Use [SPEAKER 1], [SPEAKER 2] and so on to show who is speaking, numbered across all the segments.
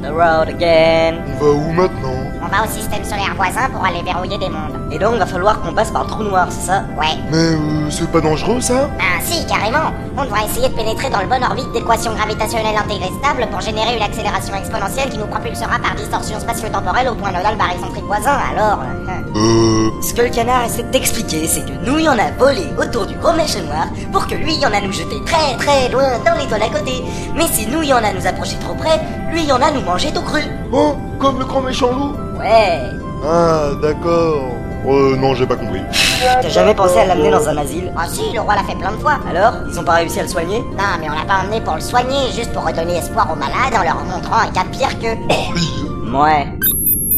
[SPEAKER 1] the road again.
[SPEAKER 2] On va où maintenant
[SPEAKER 3] On va au système solaire voisin pour aller verrouiller des mondes.
[SPEAKER 1] Et donc, va falloir qu'on passe par le trou noir, c'est ça
[SPEAKER 3] Ouais.
[SPEAKER 2] Mais euh, c'est pas dangereux ça
[SPEAKER 3] Ben si, carrément On devra essayer de pénétrer dans le bon orbite d'équations gravitationnelles intégrées stables pour générer une accélération exponentielle qui nous propulsera par distorsion spatio-temporelle au point nodal barycentrique voisin, alors... hein.
[SPEAKER 2] Euh...
[SPEAKER 1] Ce que le canard essaie d'expliquer, c'est que nous, il y en a volé autour du gros méchant noir pour que lui, il y en a nous jeter très très loin dans l'étoile à côté. Mais si nous, il y en a nous approcher trop près, lui, il y en a nous manger tout cru.
[SPEAKER 2] Oh Comme le grand méchant loup
[SPEAKER 1] Ouais.
[SPEAKER 2] Ah, d'accord. Euh, non, j'ai pas compris.
[SPEAKER 1] T'as jamais pensé à l'amener dans un asile
[SPEAKER 3] Ah si, le roi l'a fait plein de fois
[SPEAKER 1] Alors, ils ont pas réussi à le soigner
[SPEAKER 3] Non, mais on l'a pas emmené pour le soigner, juste pour redonner espoir aux malades en leur montrant un cas pire que...
[SPEAKER 1] Ouais.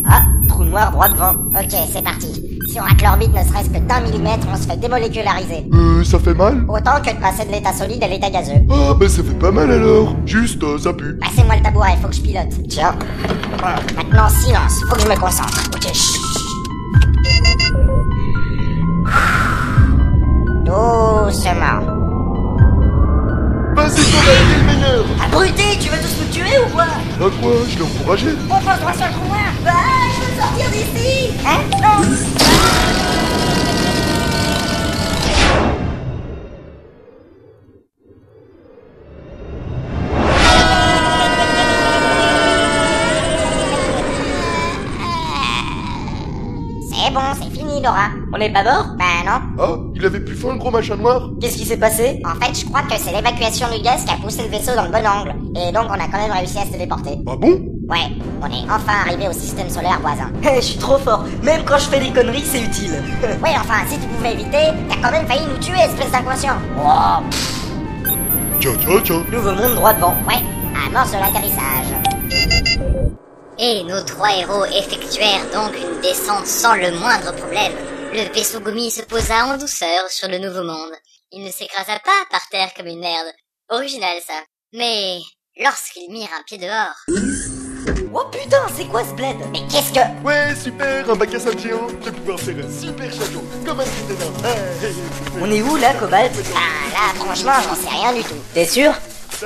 [SPEAKER 1] Ah, trou noir droit devant.
[SPEAKER 3] ok, c'est parti. Si on rate l'orbite ne serait-ce que d'un millimètre, on se fait démoléculariser.
[SPEAKER 2] Euh, ça fait mal
[SPEAKER 3] Autant que de passer de l'état solide à l'état gazeux.
[SPEAKER 2] Ah, bah ça fait pas mal alors. Juste, euh, ça pue.
[SPEAKER 3] Passez-moi le tabouret, faut que je pilote.
[SPEAKER 1] Tiens.
[SPEAKER 3] Bon, maintenant silence, faut que je me concentre. Ok, chut. Doucement.
[SPEAKER 2] Vas-y, t'en as été le meilleur
[SPEAKER 1] Abruté, tu vas tous nous tuer ou quoi
[SPEAKER 2] Bah quoi, je l'ai encouragé
[SPEAKER 3] On pense droit sur le trou noir.
[SPEAKER 1] Bah, je veux sortir d'ici
[SPEAKER 3] Hein Non C'est bon, c'est fini, Laura.
[SPEAKER 1] On n'est pas mort
[SPEAKER 3] Bah non.
[SPEAKER 2] Ah, il avait plus faim le gros machin noir
[SPEAKER 1] Qu'est-ce qui s'est passé
[SPEAKER 3] En fait, je crois que c'est l'évacuation du gaz qui a poussé le vaisseau dans le bon angle. Et donc, on a quand même réussi à se téléporter.
[SPEAKER 2] Ah bon
[SPEAKER 3] Ouais, on est enfin arrivé au système solaire voisin.
[SPEAKER 1] Eh, je suis trop fort. Même quand je fais des conneries, c'est utile.
[SPEAKER 3] Oui, enfin, si tu pouvais éviter, t'as quand même failli nous tuer, espèce d'inconscient. Wow.
[SPEAKER 2] Tiens, tiens, tiens.
[SPEAKER 1] Nouveau monde droit devant.
[SPEAKER 3] Ouais, amorce de l'atterrissage. Et nos trois héros effectuèrent donc une descente sans le moindre problème. Le vaisseau Gumi se posa en douceur sur le nouveau monde. Il ne s'écrasa pas par terre comme une merde. Original ça. Mais lorsqu'ils mirent un pied dehors...
[SPEAKER 1] Oh putain, c'est quoi ce bled
[SPEAKER 3] Mais qu'est-ce que...
[SPEAKER 2] Ouais, super, un bac à sable géant. Je vais pouvoir faire un super château, comme un petit énorme. Hey, hey, super.
[SPEAKER 1] On est où là, Cobalt
[SPEAKER 3] Ah là, franchement, j'en sais rien du tout.
[SPEAKER 1] T'es sûr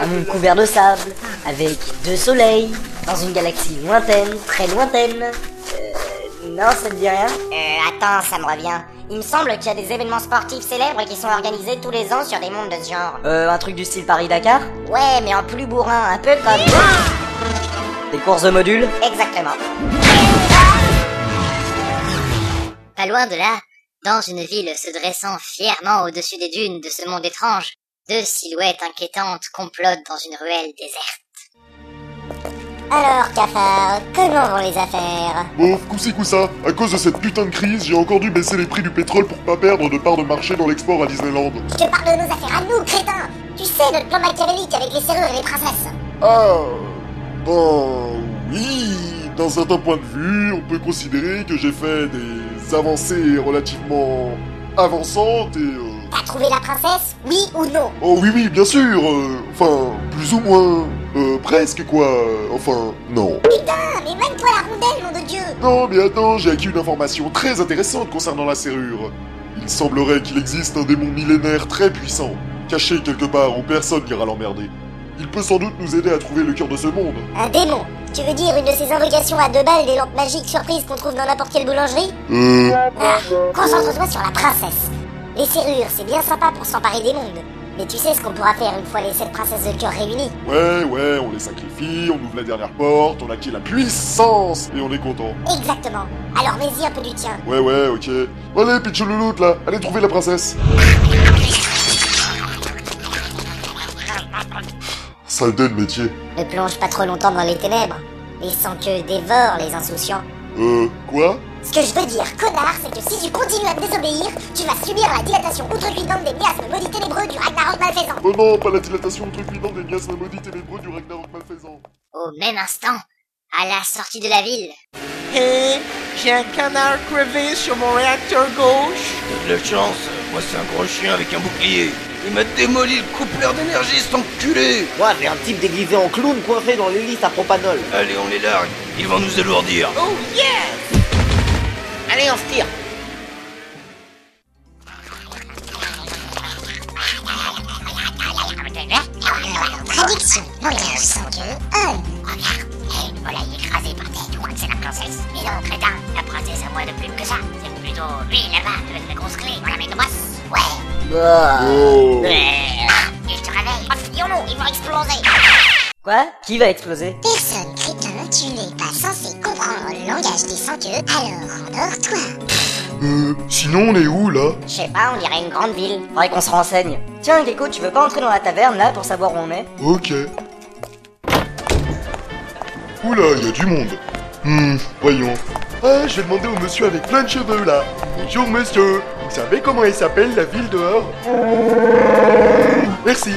[SPEAKER 1] Un monde couvert de sable, avec deux soleils, dans une galaxie lointaine, très lointaine. Euh, non, ça te dit rien
[SPEAKER 3] Euh, attends, ça me revient. Il me semble qu'il y a des événements sportifs célèbres qui sont organisés tous les ans sur des mondes de ce genre.
[SPEAKER 1] Euh, un truc du style Paris-Dakar
[SPEAKER 3] Ouais, mais en plus bourrin, un peu comme...
[SPEAKER 1] Des courses de modules
[SPEAKER 3] Exactement. Pas loin de là, dans une ville se dressant fièrement au-dessus des dunes de ce monde étrange, deux silhouettes inquiétantes complotent dans une ruelle déserte. Alors, cafard, comment vont les affaires
[SPEAKER 2] Bon, coussi coussa, à cause de cette putain de crise, j'ai encore dû baisser les prix du pétrole pour pas perdre de part de marché dans l'export à Disneyland.
[SPEAKER 3] Je te parle de nos affaires à nous, crétin Tu sais, notre plan machiavélique avec les serrures et les princesses
[SPEAKER 2] Ah, ben oui, d'un certain point de vue, on peut considérer que j'ai fait des avancées relativement avançantes et... euh,
[SPEAKER 3] T'as trouvé la princesse Oui ou non
[SPEAKER 2] Oh oui, oui, bien sûr, euh, enfin, plus ou moins, euh, presque quoi, euh, enfin, non.
[SPEAKER 3] Putain, mais même toi la rondelle, nom de Dieu
[SPEAKER 2] Non, mais attends, j'ai acquis une information très intéressante concernant la serrure. Il semblerait qu'il existe un démon millénaire très puissant, caché quelque part où personne n'ira l'emmerder. Il peut sans doute nous aider à trouver le cœur de ce monde.
[SPEAKER 3] Un démon Tu veux dire une de ces invocations à deux balles des lampes magiques surprises qu'on trouve dans n'importe quelle boulangerie
[SPEAKER 2] Euh...
[SPEAKER 3] Ah, concentre-toi sur la princesse. Les serrures, c'est bien sympa pour s'emparer des mondes. Mais tu sais ce qu'on pourra faire une fois les sept princesses de cœur réunies
[SPEAKER 2] Ouais, ouais, on les sacrifie, on ouvre la dernière porte, on acquiert la puissance, et on est content.
[SPEAKER 3] Exactement. Alors mets-y un peu du tien.
[SPEAKER 2] Ouais, ouais, ok. Allez, pitch le loot, là, allez trouver la princesse. Saleté de métier.
[SPEAKER 3] Ne plonge pas trop longtemps dans les ténèbres. Laissant que dévorent les insouciants.
[SPEAKER 2] Euh, quoi
[SPEAKER 3] Ce que je veux dire, connard, c'est que si tu continues à me désobéir, tu vas subir la dilatation outrecuidante des miasmes maudits ténébreux du Ragnarok malfaisant.
[SPEAKER 2] Oh non, pas la dilatation au truc dans des miasmes maudits ténébreux du Ragnarok malfaisant.
[SPEAKER 3] Au même instant, à la sortie de la ville,
[SPEAKER 4] Hé, j'ai un canard crevé sur mon réacteur gauche.
[SPEAKER 5] T'as de la chance, moi c'est un gros chien avec un bouclier. Il m'a démoli le coupleur d'énergie, cet enculé
[SPEAKER 6] Ouais, mais un type déguisé en clown coincé dans l'hélice à propanol.
[SPEAKER 5] Allez, on les largue, ils vont nous alourdir.
[SPEAKER 4] Oh yes
[SPEAKER 6] Allez, on se tire
[SPEAKER 3] Prédiction, langage 102, 1. Regarde, et voilà.
[SPEAKER 2] Oh.
[SPEAKER 1] Euh.
[SPEAKER 7] Ah,
[SPEAKER 3] Je te
[SPEAKER 7] Oh,
[SPEAKER 3] réveille. Enfuyons-nous, ils vont exploser.
[SPEAKER 1] Quoi Qui va exploser
[SPEAKER 7] Personne crétin, tu n'es pas censé comprendre le langage des sans-queues, alors endors-toi.
[SPEAKER 2] Euh, sinon on est où là
[SPEAKER 3] Je sais pas, on dirait une grande ville.
[SPEAKER 1] Faudrait qu'on se renseigne. Tiens, Gecko, tu veux pas entrer dans la taverne là pour savoir où on est
[SPEAKER 2] Ok. Oula, il y a du monde. Hmm, voyons. Ah, je vais demander au monsieur avec plein de cheveux là. Bonjour monsieur, vous savez comment il s'appelle la ville dehors Merci.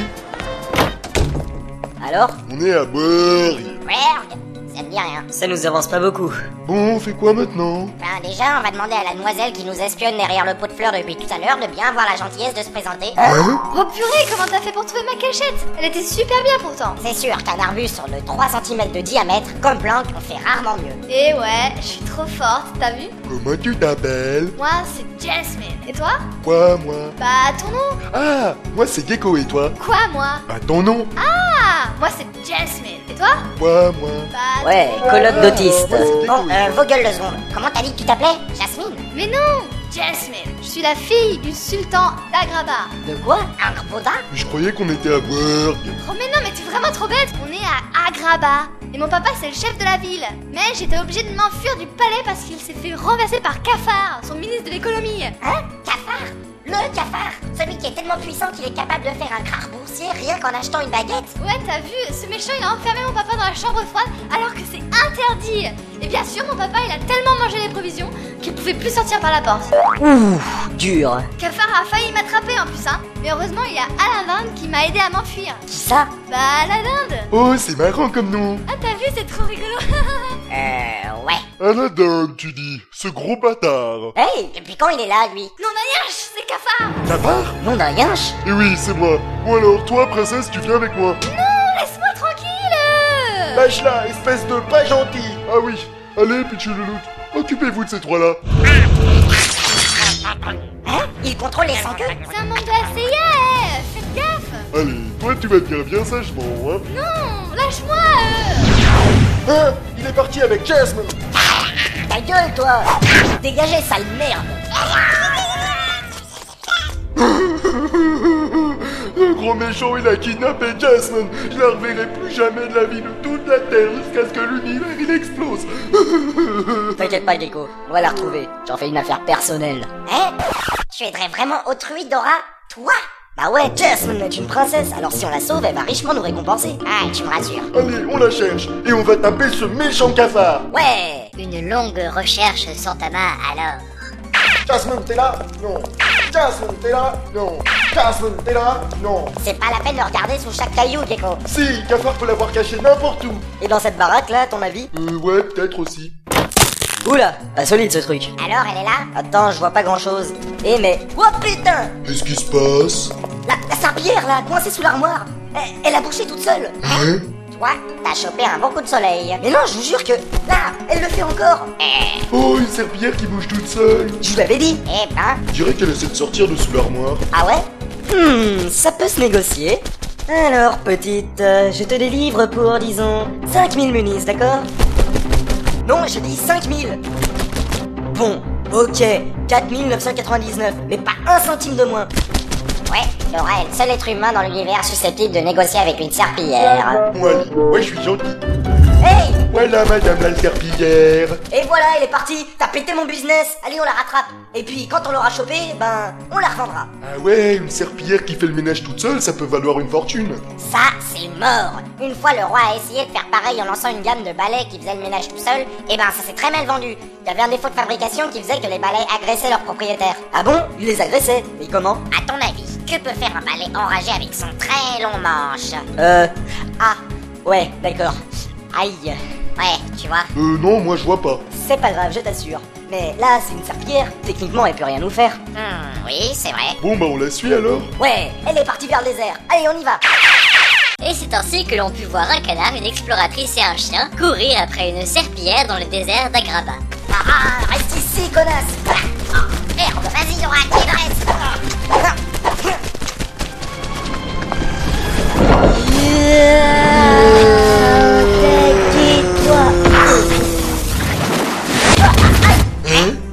[SPEAKER 1] Alors
[SPEAKER 2] On est à Berry.
[SPEAKER 3] Merde, ça me dit rien.
[SPEAKER 1] Ça nous avance pas beaucoup.
[SPEAKER 2] Bon, on fait quoi maintenant
[SPEAKER 3] Ben déjà, on va demander à la demoiselle qui nous espionne derrière le pot de fleurs depuis tout à l'heure de bien avoir la gentillesse de se présenter.
[SPEAKER 2] Hein
[SPEAKER 8] Oh purée, comment t'as fait pour trouver ma cachette Elle était super bien pourtant.
[SPEAKER 3] C'est sûr qu'un arbuste sur le 3 cm de diamètre, comme Blanc, on fait rarement mieux.
[SPEAKER 8] Et Eh ouais, je suis trop forte, t'as vu
[SPEAKER 2] Comment tu t'appelles
[SPEAKER 8] Moi, c'est Jasmine. Et toi
[SPEAKER 2] Quoi, moi
[SPEAKER 8] Bah, ton nom
[SPEAKER 2] Ah, moi c'est Gecko et toi
[SPEAKER 8] Quoi, moi
[SPEAKER 2] Bah ton nom
[SPEAKER 8] Ah, moi, c'est Jasmine. Et toi
[SPEAKER 2] Quoi, moi
[SPEAKER 8] Bah,
[SPEAKER 1] Ouais, colloque d'autistes.
[SPEAKER 2] Bon,
[SPEAKER 1] Bon,
[SPEAKER 3] Euh, vos gueules deux secondes. Comment t'as dit que tu t'appelais Jasmine
[SPEAKER 8] mais non Jasmine, je suis la fille du sultan d'Agraba.
[SPEAKER 1] de quoi
[SPEAKER 3] Un gros
[SPEAKER 2] Je croyais qu'on était à Berry.
[SPEAKER 8] Oh mais non, mais t'es vraiment trop bête On est à Agraba. Et mon papa, c'est le chef de la ville. Mais j'étais obligée de m'enfuir du palais parce qu'il s'est fait renverser par Cafard, son ministre de l'économie.
[SPEAKER 3] Hein Cafard Le cafard Celui qui est tellement puissant qu'il est capable de faire un crard boursier rien qu'en achetant une baguette
[SPEAKER 8] Ouais, t'as vu, ce méchant il a enfermé mon papa dans la chambre froide alors que c'est interdit Et bien sûr, mon papa il a tellement mangé les provisions qu'il pouvait plus sortir par la porte.
[SPEAKER 1] Dur.
[SPEAKER 8] Cafard a failli m'attraper en plus, hein Mais heureusement, il y a Aladin qui m'a aidé à m'enfuir.
[SPEAKER 1] Qui ça
[SPEAKER 8] Bah, Aladin
[SPEAKER 2] Oh, c'est marrant comme nom.
[SPEAKER 8] Ah, t'as vu, c'est trop rigolo
[SPEAKER 3] Euh, ouais.
[SPEAKER 2] Aladdin, tu dis, ce gros bâtard.
[SPEAKER 1] Hey
[SPEAKER 3] Depuis quand il est là, lui
[SPEAKER 8] Non, manière, c'est Cafard
[SPEAKER 2] Ta part
[SPEAKER 1] Nom d'un yinche
[SPEAKER 2] Eh oui, c'est moi. Bon alors, toi, princesse, tu viens avec moi.
[SPEAKER 8] Laisse-moi tranquille
[SPEAKER 6] Lâche-la, espèce de pas gentil
[SPEAKER 2] Ah oui, allez, Pichulouloute, occupez-vous de ces trois-là.
[SPEAKER 1] Hein
[SPEAKER 3] Il contrôle les sans queues
[SPEAKER 8] C'est un monde de la CIA, eh Faites gaffe
[SPEAKER 2] Allez, toi, tu vas bien, bien sagement, hein.
[SPEAKER 8] Non, lâche-moi euh.
[SPEAKER 6] Hein Il est parti avec Jasmine
[SPEAKER 1] Ta gueule, toi
[SPEAKER 3] Dégagez, sale merde
[SPEAKER 2] Le gros méchant, il a kidnappé Jasmine. Je la reverrai plus jamais de la vie de toute la Terre jusqu'à ce que l'univers, il explose.
[SPEAKER 1] Hum, T'inquiète pas, Gecko, on va la retrouver. J'en fais une affaire personnelle.
[SPEAKER 3] Hein Tu aiderais vraiment autrui, Dora Toi
[SPEAKER 1] Bah ouais, Jasmine est une princesse, alors si on la sauve, elle va richement nous récompenser.
[SPEAKER 3] Ah, tu me rassures.
[SPEAKER 2] Allez, on la cherche, et on va taper ce méchant cafard.
[SPEAKER 1] Ouais
[SPEAKER 3] Une longue recherche sans tabac, alors.
[SPEAKER 6] Jasmine, t'es là Non. Jasmine, t'es là Non. Jasmine, t'es là Non.
[SPEAKER 3] C'est pas la peine de regarder sous chaque caillou, Gecko.
[SPEAKER 6] Si, Cafard peut l'avoir caché n'importe où.
[SPEAKER 1] Et dans cette baraque là, à ton avis
[SPEAKER 2] Euh, ouais, peut-être aussi.
[SPEAKER 1] Oula Pas solide ce truc.
[SPEAKER 3] Alors, elle est là
[SPEAKER 1] Attends, je vois pas grand chose. Eh mais. Oh putain
[SPEAKER 2] Qu'est-ce qui se passe
[SPEAKER 1] La, la Saint-Pierre là, coincée sous l'armoire elle, elle a bougé toute seule
[SPEAKER 2] Hein
[SPEAKER 3] Toi, t'as chopé un bon coup de soleil.
[SPEAKER 1] Mais non, je vous jure que. Là Elle le fait encore
[SPEAKER 2] Oh, une serpillière qui bouge toute seule.
[SPEAKER 1] Je vous l'avais dit
[SPEAKER 3] Eh ben,
[SPEAKER 2] Je dirais qu'elle essaie de sortir de sous l'armoire.
[SPEAKER 3] ah ouais
[SPEAKER 1] Hmm, ça peut se négocier. Alors, petite, euh, je te délivre pour, disons, 5000 munis, d'accord Non, je dis 5000 Bon, ok, 4999, mais pas un centime de moins.
[SPEAKER 3] Ouais, Dora est le seul être humain dans l'univers susceptible de négocier avec une serpillière.
[SPEAKER 2] Moi, ouais, je suis gentil.
[SPEAKER 1] Hey
[SPEAKER 2] Voilà, madame la serpillière.
[SPEAKER 1] Et voilà, elle est partie T'as pété mon business Allez, on la rattrape Et puis, quand on l'aura chopée, ben, on la revendra.
[SPEAKER 2] Ah ouais, une serpillière qui fait le ménage toute seule, ça peut valoir une fortune.
[SPEAKER 3] Ça, c'est mort Une fois, le roi a essayé de faire pareil en lançant une gamme de balais qui faisait le ménage tout seul, et ben, ça s'est très mal vendu. Il y avait un défaut de fabrication qui faisait que les balais agressaient leurs propriétaires.
[SPEAKER 1] Ah bon Il les agressait Mais comment
[SPEAKER 3] À ton avis, que peut faire un balai enragé avec son très long manche
[SPEAKER 1] Euh... Ah Ouais, d'accord. Aïe
[SPEAKER 3] Ouais, tu vois.
[SPEAKER 2] Euh, non, moi je vois pas.
[SPEAKER 1] C'est pas grave, je t'assure. Mais là, c'est une serpillière. Techniquement, elle peut rien nous faire.
[SPEAKER 3] Hmm, oui, c'est vrai.
[SPEAKER 2] Bon, bah on la suit alors.
[SPEAKER 1] Ouais, elle est partie vers le désert. Allez, on y va.
[SPEAKER 3] Et c'est ainsi que l'on put voir un canard, une exploratrice et un chien courir après une serpillière dans le désert d'Agraba. Ah,
[SPEAKER 1] Ah, reste ici, connasse.
[SPEAKER 3] Merde, vas-y Dora, tu y restes
[SPEAKER 1] Euh,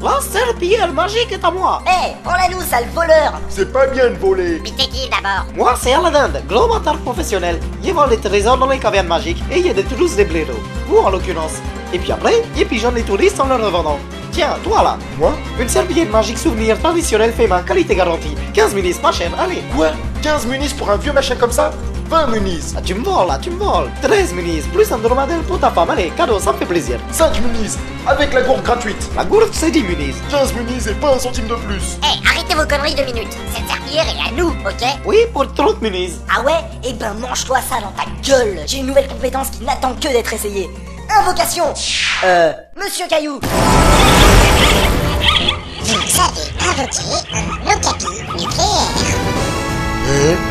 [SPEAKER 4] La serpillière magique est à moi
[SPEAKER 1] Hé, Eh, prends-la
[SPEAKER 3] à nous, sale voleur
[SPEAKER 6] C'est pas bien de voler
[SPEAKER 8] Mais t'es qui d'abord
[SPEAKER 9] Moi, c'est Aladinde, gros menteur professionnel. Il vend les trésors dans les cavernes magiques et il détruit les blaireaux. Vous, en l'occurrence. Et puis après, il pigeonne les touristes en leur revendant. Tiens, toi là
[SPEAKER 6] Moi
[SPEAKER 9] Une serviette magique souvenir traditionnelle fait main, qualité garantie. 15 minutes, pas cher, allez
[SPEAKER 6] Quoi 15 munis pour un vieux machin comme ça 20 munis
[SPEAKER 9] Ah, Tu me voles là, tu me voles 13 minutes, plus un dromadaire pour ta femme, allez, cadeau, ça me fait plaisir.
[SPEAKER 6] 5 munis Avec la gourde gratuite
[SPEAKER 9] La gourde, c'est 10 minutes.
[SPEAKER 6] 15 munis et pas un centime de plus
[SPEAKER 8] Hé,
[SPEAKER 3] Eh,
[SPEAKER 8] arrêtez vos conneries deux minutes Cette serpillière est à nous, ok
[SPEAKER 9] Oui, pour 30 minutes.
[SPEAKER 3] Ah ouais Eh ben mange-toi ça dans ta gueule J'ai une nouvelle compétence qui n'attend que d'être essayée. Invocation Euh... Monsieur Caillou
[SPEAKER 10] Vous avez invoqué un locapi nucléaire.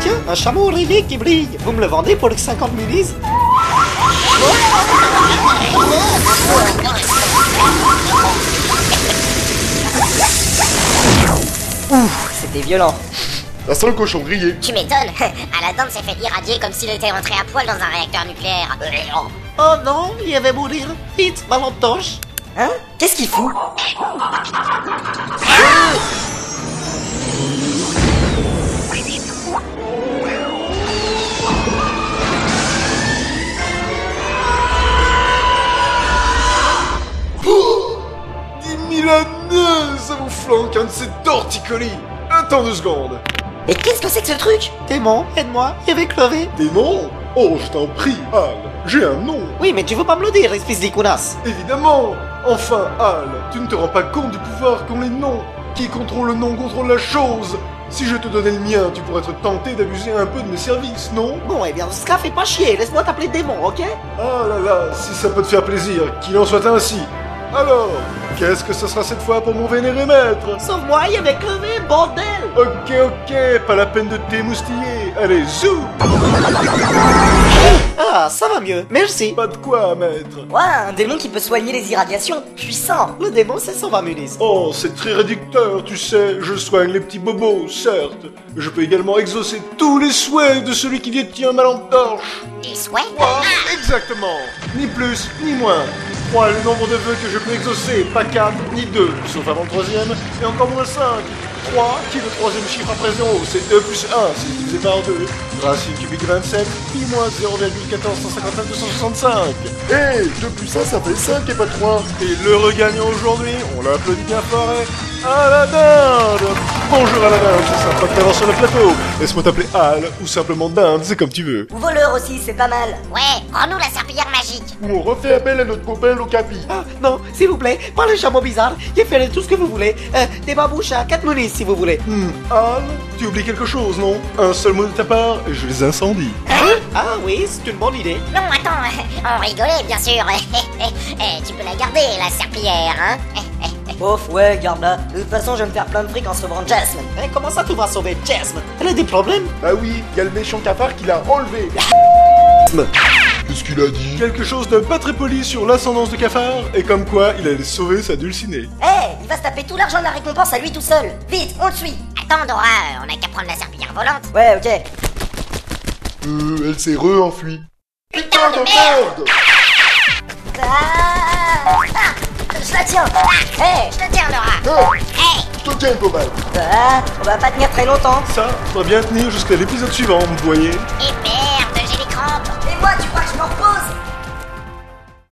[SPEAKER 9] Tiens, un chameau rêvé qui brille. Vous me le vendez pour 50 minutes
[SPEAKER 3] C'était violent.
[SPEAKER 2] La sale cochonnerie est...
[SPEAKER 8] Tu m'étonnes Aladdin s'est fait irradier comme s'il était rentré à poil dans un réacteur nucléaire.
[SPEAKER 9] Oh non, il avait mourir. Vite, ma lampe torche.
[SPEAKER 3] Hein Qu'est-ce qu'il fout
[SPEAKER 6] Des Milanais Ça vous flanque un de ces torticolis Attends deux secondes
[SPEAKER 3] Mais qu'est-ce que c'est que ce truc
[SPEAKER 9] Démon, aide-moi, il avait crevé.
[SPEAKER 6] Des noms Oh, je t'en prie, Al J'ai un nom
[SPEAKER 9] Oui, mais tu veux pas me le dire, espèce d'icounasse.
[SPEAKER 6] Évidemment Enfin, Al, tu ne te rends pas compte du pouvoir qu'ont les noms Qui contrôle le nom contrôle la chose Si je te donnais le mien, tu pourrais être tenté d'abuser un peu de mes services, non
[SPEAKER 9] Bon, eh bien, ce cas fait pas chier, laisse-moi t'appeler démon, ok
[SPEAKER 6] Ah là là, si ça peut te faire plaisir, qu'il en soit ainsi Alors, qu'est-ce que ce sera cette fois pour mon vénéré maître
[SPEAKER 9] Sauve-moi, il avait crevé, bordel
[SPEAKER 6] Ok, ok, pas la peine de t'émoustiller Allez, zou
[SPEAKER 9] Ah, ça va mieux, merci.
[SPEAKER 6] Pas de quoi, maître
[SPEAKER 3] Ouah, un démon qui peut soigner les irradiations Puissant
[SPEAKER 9] Le démon, c'est 120 minutes.
[SPEAKER 6] Oh, c'est très réducteur, tu sais. Je soigne les petits bobos, certes. mais Je peux également exaucer tous les souhaits de celui qui détient ma lampe torche.
[SPEAKER 8] Des souhaits
[SPEAKER 6] Voilà, exactement. Ni plus, ni moins. Trois, le nombre de vœux que je peux exaucer, pas quatre, ni deux, sauf avant le troisième, et encore moins cinq. Trois, qui est le troisième chiffre après zéro, c'est 2 plus 1, c'est divisé par 2. Racine cubique 27, pi moins 0,1459265.
[SPEAKER 2] Hé 2 plus 1, Eh, ça fait 5 et pas 3
[SPEAKER 6] Et le regagnant aujourd'hui, on l'applaudit bien fort et... Aladin Bonjour Aladin, c'est sympa de t'avoir sur le plateau Laisse-moi t'appeler Al, ou simplement Dinde, c'est comme tu veux.
[SPEAKER 3] Ou voleur aussi, c'est pas mal.
[SPEAKER 8] Ouais, rends-nous la serpillière magique
[SPEAKER 2] Ou on refait appel à notre copain Locapi.
[SPEAKER 9] Ah, non, s'il vous plaît, pas le chameau bizarre, il fait tout ce que vous voulez. Euh, des babouches à 4 minutes, si vous voulez.
[SPEAKER 6] Hmm, Al, tu oublies quelque chose, non Un seul mot de ta part, et je les incendie.
[SPEAKER 9] Ah oui, c'est une bonne idée.
[SPEAKER 8] Non, attends, on rigolait bien sûr Eh, tu peux la garder, la serpillière, hein
[SPEAKER 3] Ouf, ouais, garde-la. De toute façon, je vais me faire plein de fric en sauvant Jasmine.
[SPEAKER 9] Eh, comment ça, tout va sauver Jasmine Elle a des problèmes
[SPEAKER 2] Ah
[SPEAKER 6] Bah oui, y a le méchant cafard qui l'a enlevé
[SPEAKER 2] Qu'est-ce qu'il a dit
[SPEAKER 6] Quelque chose de pas très poli sur l'ascendance de cafard, et comme quoi il allait sauver sa dulcinée.
[SPEAKER 3] Eh, il va se taper tout l'argent de la récompense à lui tout seul. Vite, on le suit.
[SPEAKER 8] Attends, Dora, euh, on a qu'à prendre la serpillière volante
[SPEAKER 3] Ouais, ok.
[SPEAKER 2] Euh, elle s'est re-enfuie.
[SPEAKER 8] Putain de merde
[SPEAKER 3] Ah, ah, je la tiens. Eh,
[SPEAKER 8] Je te tiens, Dora
[SPEAKER 2] Ah,
[SPEAKER 8] Hey
[SPEAKER 2] je te tiens, Cobalt
[SPEAKER 3] ah, on va pas tenir très longtemps.
[SPEAKER 6] Ça, faudra bien tenir jusqu'à l'épisode suivant, vous voyez
[SPEAKER 8] Et Eh, merde